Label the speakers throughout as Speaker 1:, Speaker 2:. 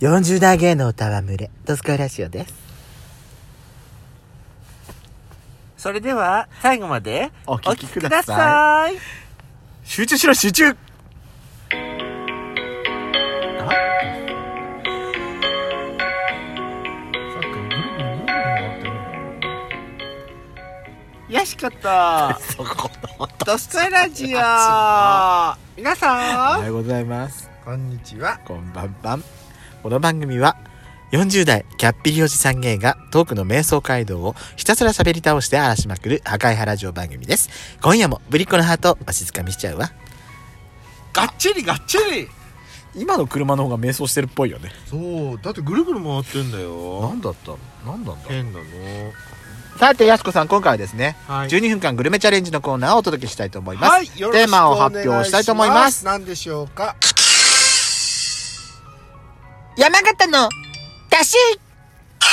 Speaker 1: 40代芸の歌は群れ、ドスコイラジオです。それでは、最後まで
Speaker 2: お
Speaker 1: お
Speaker 2: 聞
Speaker 1: 聞き
Speaker 2: きく
Speaker 1: く
Speaker 2: だ
Speaker 1: だ
Speaker 2: さ
Speaker 1: さい。
Speaker 2: 集中しろ集中
Speaker 1: よしこと、
Speaker 2: そこの
Speaker 1: ドスコイラジオ皆
Speaker 2: お
Speaker 1: さ
Speaker 2: は
Speaker 1: ん
Speaker 2: ようございます
Speaker 1: こんにちは。
Speaker 2: こんばんばんこの番組は40代キャッピリおじさん芸がトークの瞑想街道をひたすら喋り倒して荒らしまくる破壊派ラジオ番組です今夜もぶりっ子のハートわしづかみしちゃうわ
Speaker 1: がっちりがっちり
Speaker 2: 今の車の方が瞑想してるっぽいよね
Speaker 1: そう、だってぐるぐる回ってんだよ。
Speaker 2: だったのなんなんだ
Speaker 1: 変だね。
Speaker 2: さてやすこさん今回はですね、
Speaker 1: はい
Speaker 2: 12分間グルメチャレンジのコーナーをお届けしたいと思います、
Speaker 1: はい、よろしくお願
Speaker 2: テ
Speaker 1: い
Speaker 2: ーマを発表したいと思います
Speaker 1: 何でしょうか
Speaker 2: 山形のだし
Speaker 1: あ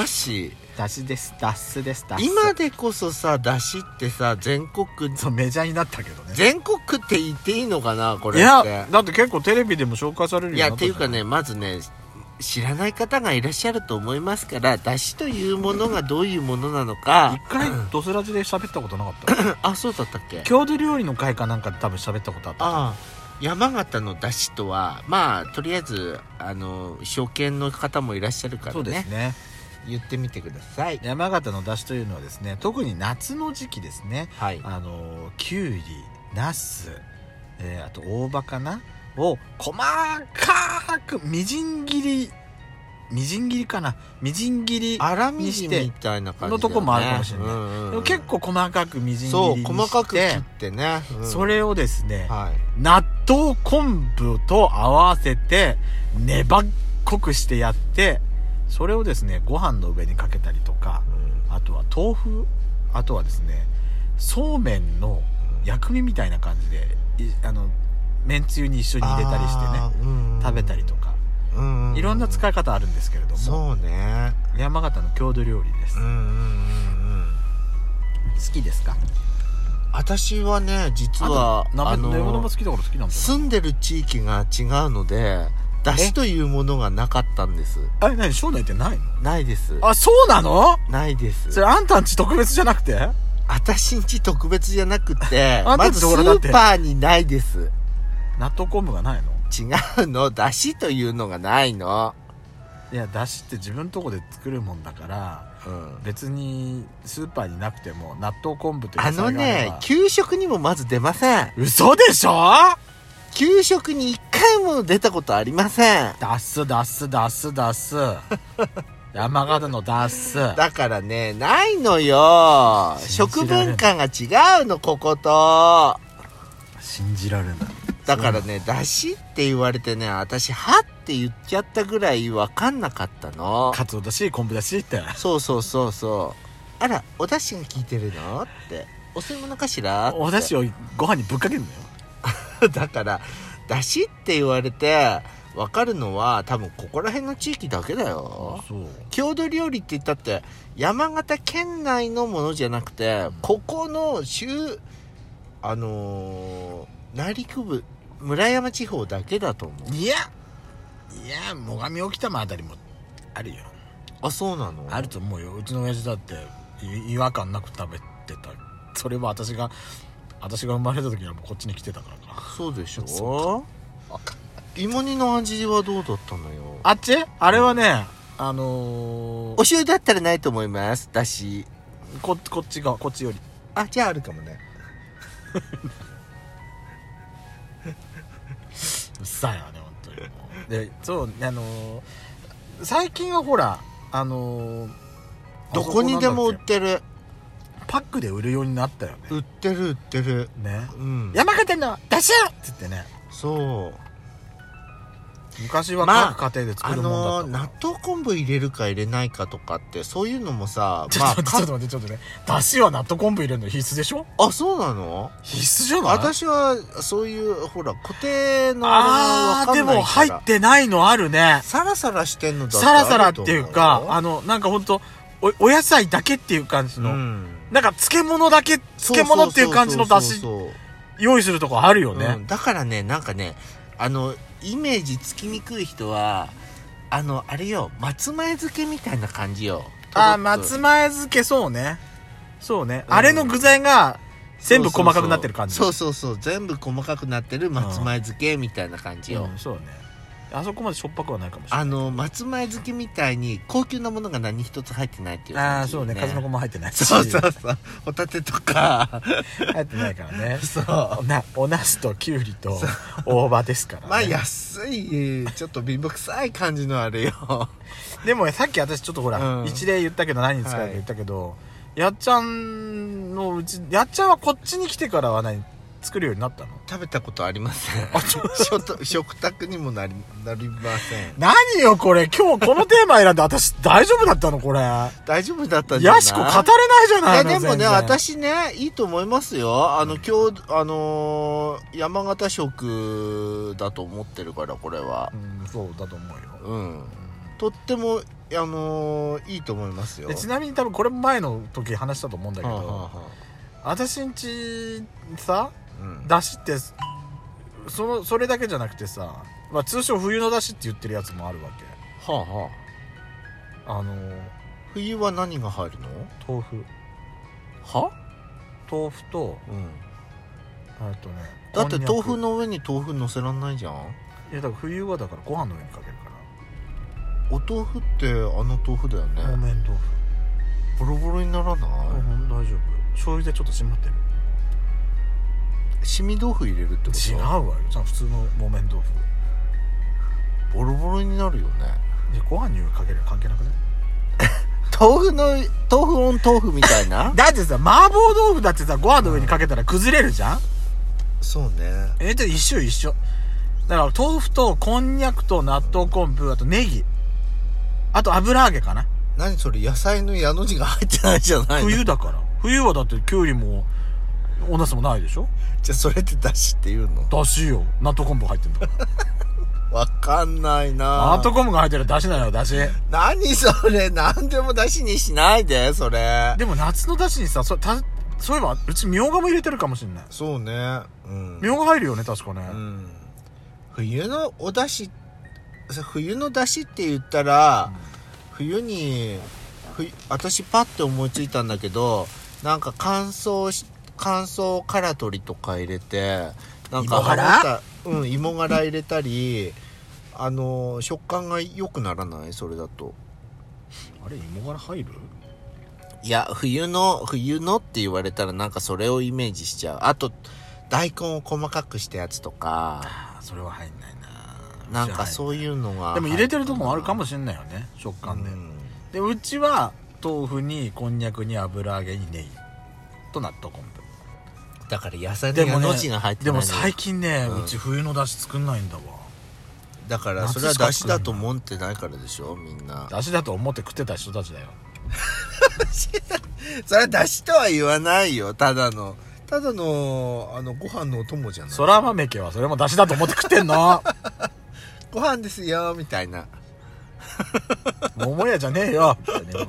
Speaker 1: ら、だし。
Speaker 2: だしですだすですだす
Speaker 1: 今でこそさ、だしってさ、全国
Speaker 2: そうメジャーになったけどね
Speaker 1: 全国って言っていいのかなこ
Speaker 2: い
Speaker 1: れってい
Speaker 2: や
Speaker 1: や
Speaker 2: だって結構テレビでも紹介されるようにな
Speaker 1: っ
Speaker 2: った
Speaker 1: て
Speaker 2: じ
Speaker 1: い
Speaker 2: ゃ
Speaker 1: うかねまずね知らない方がいらっしゃると思いますからだしというものがどういうものなのか
Speaker 2: 一回ドスラジで喋ったことなかった
Speaker 1: あそうだったっけ
Speaker 2: 郷土料理の会かなんかで多分喋ったことあった
Speaker 1: ああ山形のだしとはまあとりあえずあの証券の方もいらっしゃるからね
Speaker 2: そうですね
Speaker 1: 言ってみてください
Speaker 2: 山形のだしというのはですね特に夏の時期ですね
Speaker 1: はい
Speaker 2: あのきゅうりなす、えーあと大葉かなを細かくみじん切りみじん切りかなみじん切り
Speaker 1: 粗みじみたいな感じだよね
Speaker 2: のとこもあるかもしれない
Speaker 1: うんうんうん
Speaker 2: でも結構細かくみじん切
Speaker 1: そう
Speaker 2: りにして
Speaker 1: 細かく切ってね、うん
Speaker 2: それをですね、
Speaker 1: はい
Speaker 2: 納豆昆布と合わせて粘っこくしてやってそれをですねご飯の上にかけたりとかあとは豆腐あとはですねそうめんの薬味みたいな感じでいあのめんつゆに一緒に入れたりしてね
Speaker 1: あー、うんうん
Speaker 2: 食べたりとか
Speaker 1: うんう
Speaker 2: いろんな使い方あるんですけれども
Speaker 1: そうね
Speaker 2: 山形の郷土料理です、
Speaker 1: うんうん
Speaker 2: 好
Speaker 1: うんうん
Speaker 2: きですか
Speaker 1: 私はね実は
Speaker 2: あと鍋
Speaker 1: あの
Speaker 2: 鍋物も好きだから好きなんだ
Speaker 1: 住んでる地域が違うのでだしというものがなかったんです
Speaker 2: よえ何庄内ってないの
Speaker 1: ないです
Speaker 2: あそうなの
Speaker 1: ないです
Speaker 2: それあんたんち特別じゃなくて
Speaker 1: 私んち特別じゃなく て
Speaker 2: あんた
Speaker 1: ま
Speaker 2: ん
Speaker 1: ず
Speaker 2: ち
Speaker 1: ス
Speaker 2: どこだって
Speaker 1: ーパーにないです
Speaker 2: 納豆昆布がないの
Speaker 1: 違うのだしというのがないの
Speaker 2: いやだしって自分とこで作るもんだから
Speaker 1: うん
Speaker 2: 別にスーパーになくても納豆昆布という
Speaker 1: あ
Speaker 2: 野
Speaker 1: の
Speaker 2: 菜があれ
Speaker 1: ね
Speaker 2: ば
Speaker 1: 給食にもまず出ません
Speaker 2: 嘘でしょ
Speaker 1: 給食に一回も出たことありません
Speaker 2: 出す出す出す出す 山形の出す
Speaker 1: だからね、ないのよ。
Speaker 2: 信
Speaker 1: 食
Speaker 2: じられな
Speaker 1: 文
Speaker 2: い
Speaker 1: 化が違うの、ここと。
Speaker 2: 信じられない
Speaker 1: だからね、だしって言われてね、私、はって言っちゃったぐらいわかんなかったの。
Speaker 2: カツオだし昆布だしって
Speaker 1: そうそうそうそう。あら、お出汁が効いてるのって。お吸い物かしら
Speaker 2: おだしをご飯にぶっかけるのよ
Speaker 1: ってだから、だしって言われて、わかるのは多分ここら辺の地域だけだよ。
Speaker 2: そう
Speaker 1: 郷土料理って言ったって山形県内のものじゃなくてここの州あのー内陸部村山地方だけだと思う
Speaker 2: いやいや最上沖玉あたりもあるよ
Speaker 1: あそうなの
Speaker 2: あると思うようちの親父だってい違和感なく食べてたそれは私が私が生まれた時にはもうこっちに来てたからか
Speaker 1: そうでし
Speaker 2: そ
Speaker 1: ょ芋煮の味はどうだったのよ
Speaker 2: あっちあれはね、あのー
Speaker 1: お塩だったらないと思いますだし
Speaker 2: ここっちがこっちより
Speaker 1: あじゃああるかもね
Speaker 2: うっさいわね本当にもうでそうあのー最近はほらあのー
Speaker 1: どこにでも
Speaker 2: あ
Speaker 1: 売っ
Speaker 2: そこなんだ
Speaker 1: てる
Speaker 2: っけパックで売るようになったよね
Speaker 1: 売ってる売ってる
Speaker 2: ね
Speaker 1: うん
Speaker 2: 山形の出しよって言ってね
Speaker 1: そう
Speaker 2: 昔は
Speaker 1: まあ
Speaker 2: 各家庭で作
Speaker 1: あ
Speaker 2: るもんだった
Speaker 1: のー
Speaker 2: もん、
Speaker 1: 納豆昆布入れるか入れないかとかってそういうのもさ
Speaker 2: ちょ
Speaker 1: ま
Speaker 2: っ
Speaker 1: あ
Speaker 2: と待ってちょっと待ってちょっとねだしは納豆昆布入れるの必須でしょ
Speaker 1: あそうなの
Speaker 2: 必須じゃない
Speaker 1: 私はそういうほら固定のあれ
Speaker 2: あ
Speaker 1: が
Speaker 2: ーで
Speaker 1: 分かんな
Speaker 2: も
Speaker 1: いから
Speaker 2: 入ってないのあるね
Speaker 1: サラサラしてんのだって
Speaker 2: サラサラっていうか
Speaker 1: あ
Speaker 2: あのなんかほんとおお野菜だけっていう感じ
Speaker 1: ると思
Speaker 2: の、
Speaker 1: うようん
Speaker 2: なんか漬物だけ漬物っていう感じのだ
Speaker 1: そうそ
Speaker 2: し
Speaker 1: うそうそう
Speaker 2: 用意するとこあるよ
Speaker 1: うん
Speaker 2: ね、
Speaker 1: だからねなんかねあのイメージつきにくい人はあのあれよ松前漬けみたいな感じよト
Speaker 2: あー
Speaker 1: ロッと
Speaker 2: 松前漬けそうねそうね、
Speaker 1: うん
Speaker 2: あれの具材が全部細かくなってる感じ
Speaker 1: そうそうそうそうそう全部細かくなってる松前漬けみたいな感じよ、
Speaker 2: うんそうねあそこまでしょっぱくはないかもしれない
Speaker 1: あの松前漬けみたいに高級なものが何一つ入ってないっていう
Speaker 2: あ
Speaker 1: 感
Speaker 2: あ
Speaker 1: じ
Speaker 2: そ
Speaker 1: よ、
Speaker 2: うね数の子も入ってないし
Speaker 1: そうそうそうホタテとか
Speaker 2: 入ってないからね
Speaker 1: そう
Speaker 2: なおなすときゅうりと大葉ですから、ね、
Speaker 1: まあ安いちょっと貧乏くさい感じのあれよ
Speaker 2: でもさっき私ちょっとほら、
Speaker 1: うん
Speaker 2: 一例言ったけど何に使うか言ったけど、やっちゃんのうちやっちゃんはこっちに来てからは何作るようになったの
Speaker 1: 食べたことありません
Speaker 2: あちょ
Speaker 1: 食食卓にもなりなりません
Speaker 2: 何よこれ今日このテーマ選んで私大丈夫だったのこれ
Speaker 1: 大丈夫だったんじゃない
Speaker 2: やしこ語れないじゃ
Speaker 1: い
Speaker 2: ない
Speaker 1: や
Speaker 2: の
Speaker 1: でも
Speaker 2: 全
Speaker 1: ね
Speaker 2: 然
Speaker 1: 私ねいいと思いますよあの今日あのー山形食だと思ってるからこれは
Speaker 2: うんそうだと思うよ、
Speaker 1: うんとってもあのーいいと思いますよ
Speaker 2: でちなみに多分これも前の時話したと思うんだけど、
Speaker 1: はあはあは
Speaker 2: 私んち
Speaker 1: あ
Speaker 2: さ
Speaker 1: うん
Speaker 2: だしってそのそれだけじゃなくてさ、まあ、通称冬のだしって言ってるやつもあるわけ
Speaker 1: はあはあ
Speaker 2: あの
Speaker 1: 冬は何が入るの
Speaker 2: 豆腐
Speaker 1: は、
Speaker 2: 豆腐と
Speaker 1: うん、
Speaker 2: あとね
Speaker 1: だって
Speaker 2: こん
Speaker 1: 豆
Speaker 2: にゃく
Speaker 1: 腐の上に豆腐乗せらんないじゃん
Speaker 2: いやだから冬はだからご飯の上にかけるか
Speaker 1: お豆腐ってあの豆腐だよ
Speaker 2: ら木
Speaker 1: ね
Speaker 2: 綿豆腐、
Speaker 1: ボロボロにならない、
Speaker 2: うん大丈夫醤油でちょっと締まってる
Speaker 1: しみ豆腐入れるってこと
Speaker 2: 違うわよじゃあ普通の木綿豆腐
Speaker 1: ボロボロになるよね
Speaker 2: でご飯に上にかける関係なくない
Speaker 1: 豆腐の豆腐オン豆腐みたいな
Speaker 2: だってさ麻婆豆腐だってさご飯の上にかけたら崩れるじゃん、
Speaker 1: そうね
Speaker 2: えっと一緒一緒だから豆腐とこんにゃくと納豆昆布あとネギあと油揚げかな
Speaker 1: 何それ野菜の矢の字が入ってないじゃないの
Speaker 2: 冬だから冬はだってきゅうりもおなすもないでしょ
Speaker 1: じゃあそれってだしっていうの
Speaker 2: だしよ納豆昆布入ってんだから
Speaker 1: わかんない
Speaker 2: 納
Speaker 1: な
Speaker 2: 豆昆布が入ってるだしなのよだし
Speaker 1: 何それ何でもだしにしないでそれ
Speaker 2: でも夏のだしにさそたそういえばうちみょうがも入れてるかもしんない
Speaker 1: そうねうん
Speaker 2: みょうが入るよね確かね、
Speaker 1: うん冬のお出汁冬の出汁って言ったら、冬にふ私パッて思いついたんだけどなんか乾燥し乾燥から取りとか入れてなんか
Speaker 2: 芋がら
Speaker 1: 歯応えうん芋がら入れたりあの食感が良くならないそれだと
Speaker 2: あれ芋がら入る
Speaker 1: いや冬の冬のって言われたらなんかそれをイメージしちゃうあと大根を細かくしたやつとか
Speaker 2: ああそれは入んないな
Speaker 1: なんか
Speaker 2: う
Speaker 1: そういうのが
Speaker 2: でも入れてるとこもあるかもしんないよね食
Speaker 1: う
Speaker 2: 感で、
Speaker 1: ん
Speaker 2: でうちは豆腐にこんにゃくに油揚げにネギと納豆昆
Speaker 1: だから野菜
Speaker 2: 布
Speaker 1: の
Speaker 2: で
Speaker 1: 矢
Speaker 2: もね
Speaker 1: の字が入って
Speaker 2: で
Speaker 1: ないの
Speaker 2: も
Speaker 1: よ
Speaker 2: 最近ね、
Speaker 1: う
Speaker 2: うんち冬のだし作んないんだわ
Speaker 1: だからそれは出汁だと思ってないからでしょみんな
Speaker 2: だしだと思って食ってた人たちだよ
Speaker 1: それは出汁とは言わないよただのただのあのご飯のお供じゃない
Speaker 2: そら豆家はそれもだしだと思って食って んの
Speaker 1: ご飯ですよみたいな
Speaker 2: 桃屋じゃねえよってね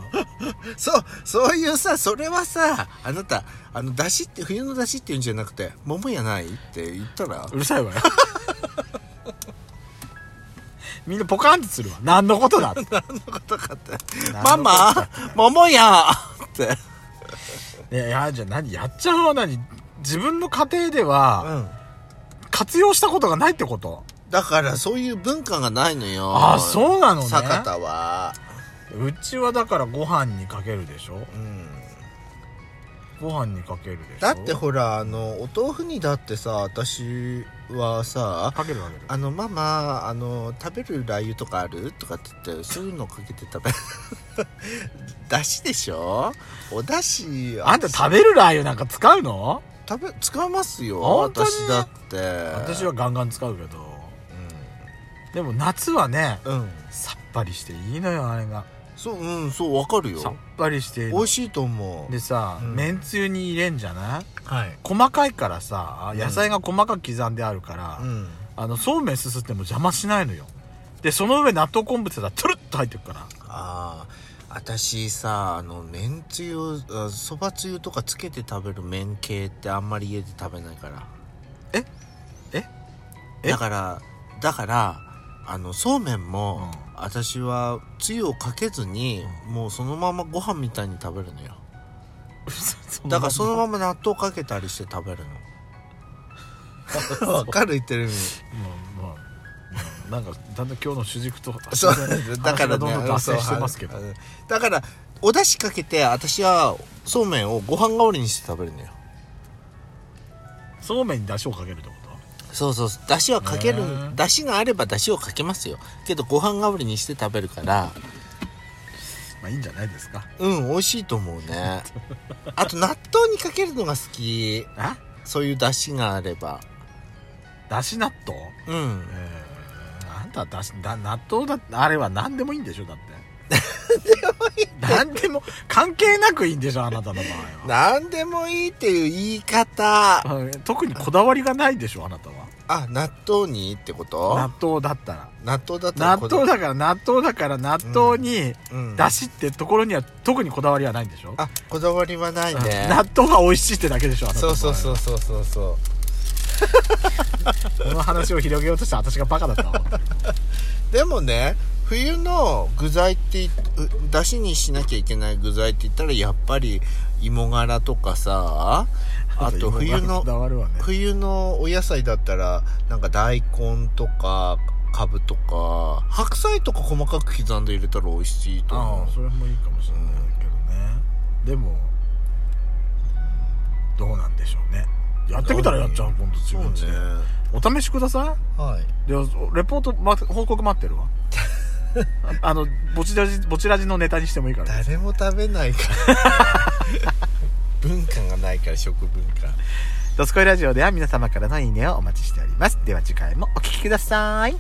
Speaker 1: そうそういうさそれはさあなたあの出汁って冬の出汁って言うんじゃなくて桃やないって言ったら
Speaker 2: うるさいわよ みんなポカンってするわ何のことだって
Speaker 1: 何のことかって
Speaker 2: 何の
Speaker 1: ママ桃やって
Speaker 2: いやいやじゃあ何やっちゃんは何自分の家庭では
Speaker 1: ん
Speaker 2: 活用したことがないってこと、
Speaker 1: だからそういう文化がないのよ
Speaker 2: ああそうなのね
Speaker 1: 酒田は
Speaker 2: うちはだからご飯にかけるでしょ
Speaker 1: うん
Speaker 2: ご飯にかけるでしょ
Speaker 1: だってほらあのお豆腐にだってさ私はさ
Speaker 2: かけるかける
Speaker 1: 「あのママあの食べるラー油とかある?」とかって言ってそういうのかけて食べ だしでしょおだし
Speaker 2: あんた食べるラー油なんか使うの
Speaker 1: 食べ使いますよ
Speaker 2: 本当に
Speaker 1: 私だって
Speaker 2: 私はガンガン使うけど
Speaker 1: う
Speaker 2: でも夏はね
Speaker 1: ん、うん
Speaker 2: さっぱりしていいのよあれが
Speaker 1: そううんそうわかる
Speaker 2: さっ
Speaker 1: よ
Speaker 2: ぱりしていい
Speaker 1: 美味しいと思う
Speaker 2: でさ、
Speaker 1: うん
Speaker 2: めんつゆに入れんじゃない
Speaker 1: はい
Speaker 2: 細かいからさ野菜が細かく刻んであるから、
Speaker 1: うん
Speaker 2: あのそうめんすすっても邪魔しないのよでその上納豆昆布ってさトゥルッと入ってるから
Speaker 1: ああ私さあのめんつゆをあそばつゆとかつけて食べる麺系ってあんまり家で食べないから
Speaker 2: えええ
Speaker 1: だからだからあのそうめんも、
Speaker 2: う
Speaker 1: 私はつゆをかけずにもうそのままご飯みたいに食べるのよ だからそのまま納豆かけたりして食べる のわかる言ってる意味
Speaker 2: まあまあなんかだんだん今日の主軸と
Speaker 1: そう
Speaker 2: 話が
Speaker 1: だから
Speaker 2: どんどん
Speaker 1: ね
Speaker 2: 達成してますけど
Speaker 1: そうあのだからお出汁かけて私はそうめんをご飯代わりにして食べるのよ
Speaker 2: そうめんに出汁をかけるってこと
Speaker 1: そうそうそう出汁はかける
Speaker 2: へー
Speaker 1: 出汁があれば出汁をかけますよけどご飯代わりにして食べるから
Speaker 2: まあいいんじゃないですか
Speaker 1: うん美味しいと思う ねあと納豆にかけるのが好き
Speaker 2: あ
Speaker 1: そういう出汁があれば
Speaker 2: だし納豆
Speaker 1: うん
Speaker 2: えー、あんたはだしだ納豆だあれは何でもいいんでしょだって 何でも関係なくいいんでしょあなたの場合は
Speaker 1: 何でもいいっていう言い方
Speaker 2: うん 特にこだわりがないでしょあなたは
Speaker 1: あ納豆にってこと
Speaker 2: 納豆だったら
Speaker 1: 納豆だったら
Speaker 2: 納
Speaker 1: こだ
Speaker 2: 豆だから納豆だから納豆に
Speaker 1: うん
Speaker 2: だしってところには特にこだわりはないんでしょ、
Speaker 1: あこだわりはないね
Speaker 2: 納豆が美味しいってだけでしょあなたの
Speaker 1: そ
Speaker 2: 場
Speaker 1: う
Speaker 2: 合
Speaker 1: そう
Speaker 2: は
Speaker 1: そうそうそうそう
Speaker 2: この話を広げようとした私がバカ だったわ
Speaker 1: でもね冬の具材っていうん出汁にしなきゃいけない具材って言ったらやっぱり芋がらとか さあと冬
Speaker 2: 芋が
Speaker 1: の
Speaker 2: こだわるわね
Speaker 1: 冬のお野菜だったらなんか大根とかかぶとか白菜とか細かく刻んで入れたら美味しいと
Speaker 2: あ
Speaker 1: 思
Speaker 2: あそれもいいかもしれないけどね、でもどうなんでしょうねやってみたらやっちゃう今度
Speaker 1: う
Speaker 2: 自分ち
Speaker 1: そう
Speaker 2: で、
Speaker 1: ね
Speaker 2: お試しくださ
Speaker 1: はい
Speaker 2: いでレポート、ま、報告待ってるわああのぼちらじぼちらじのネタにしてもいいから
Speaker 1: 誰も食べないから 文化がないから食文化
Speaker 2: 「ドスコイラジオ」では皆様からのいいねをお待ちしておりますでは次回もお聴きください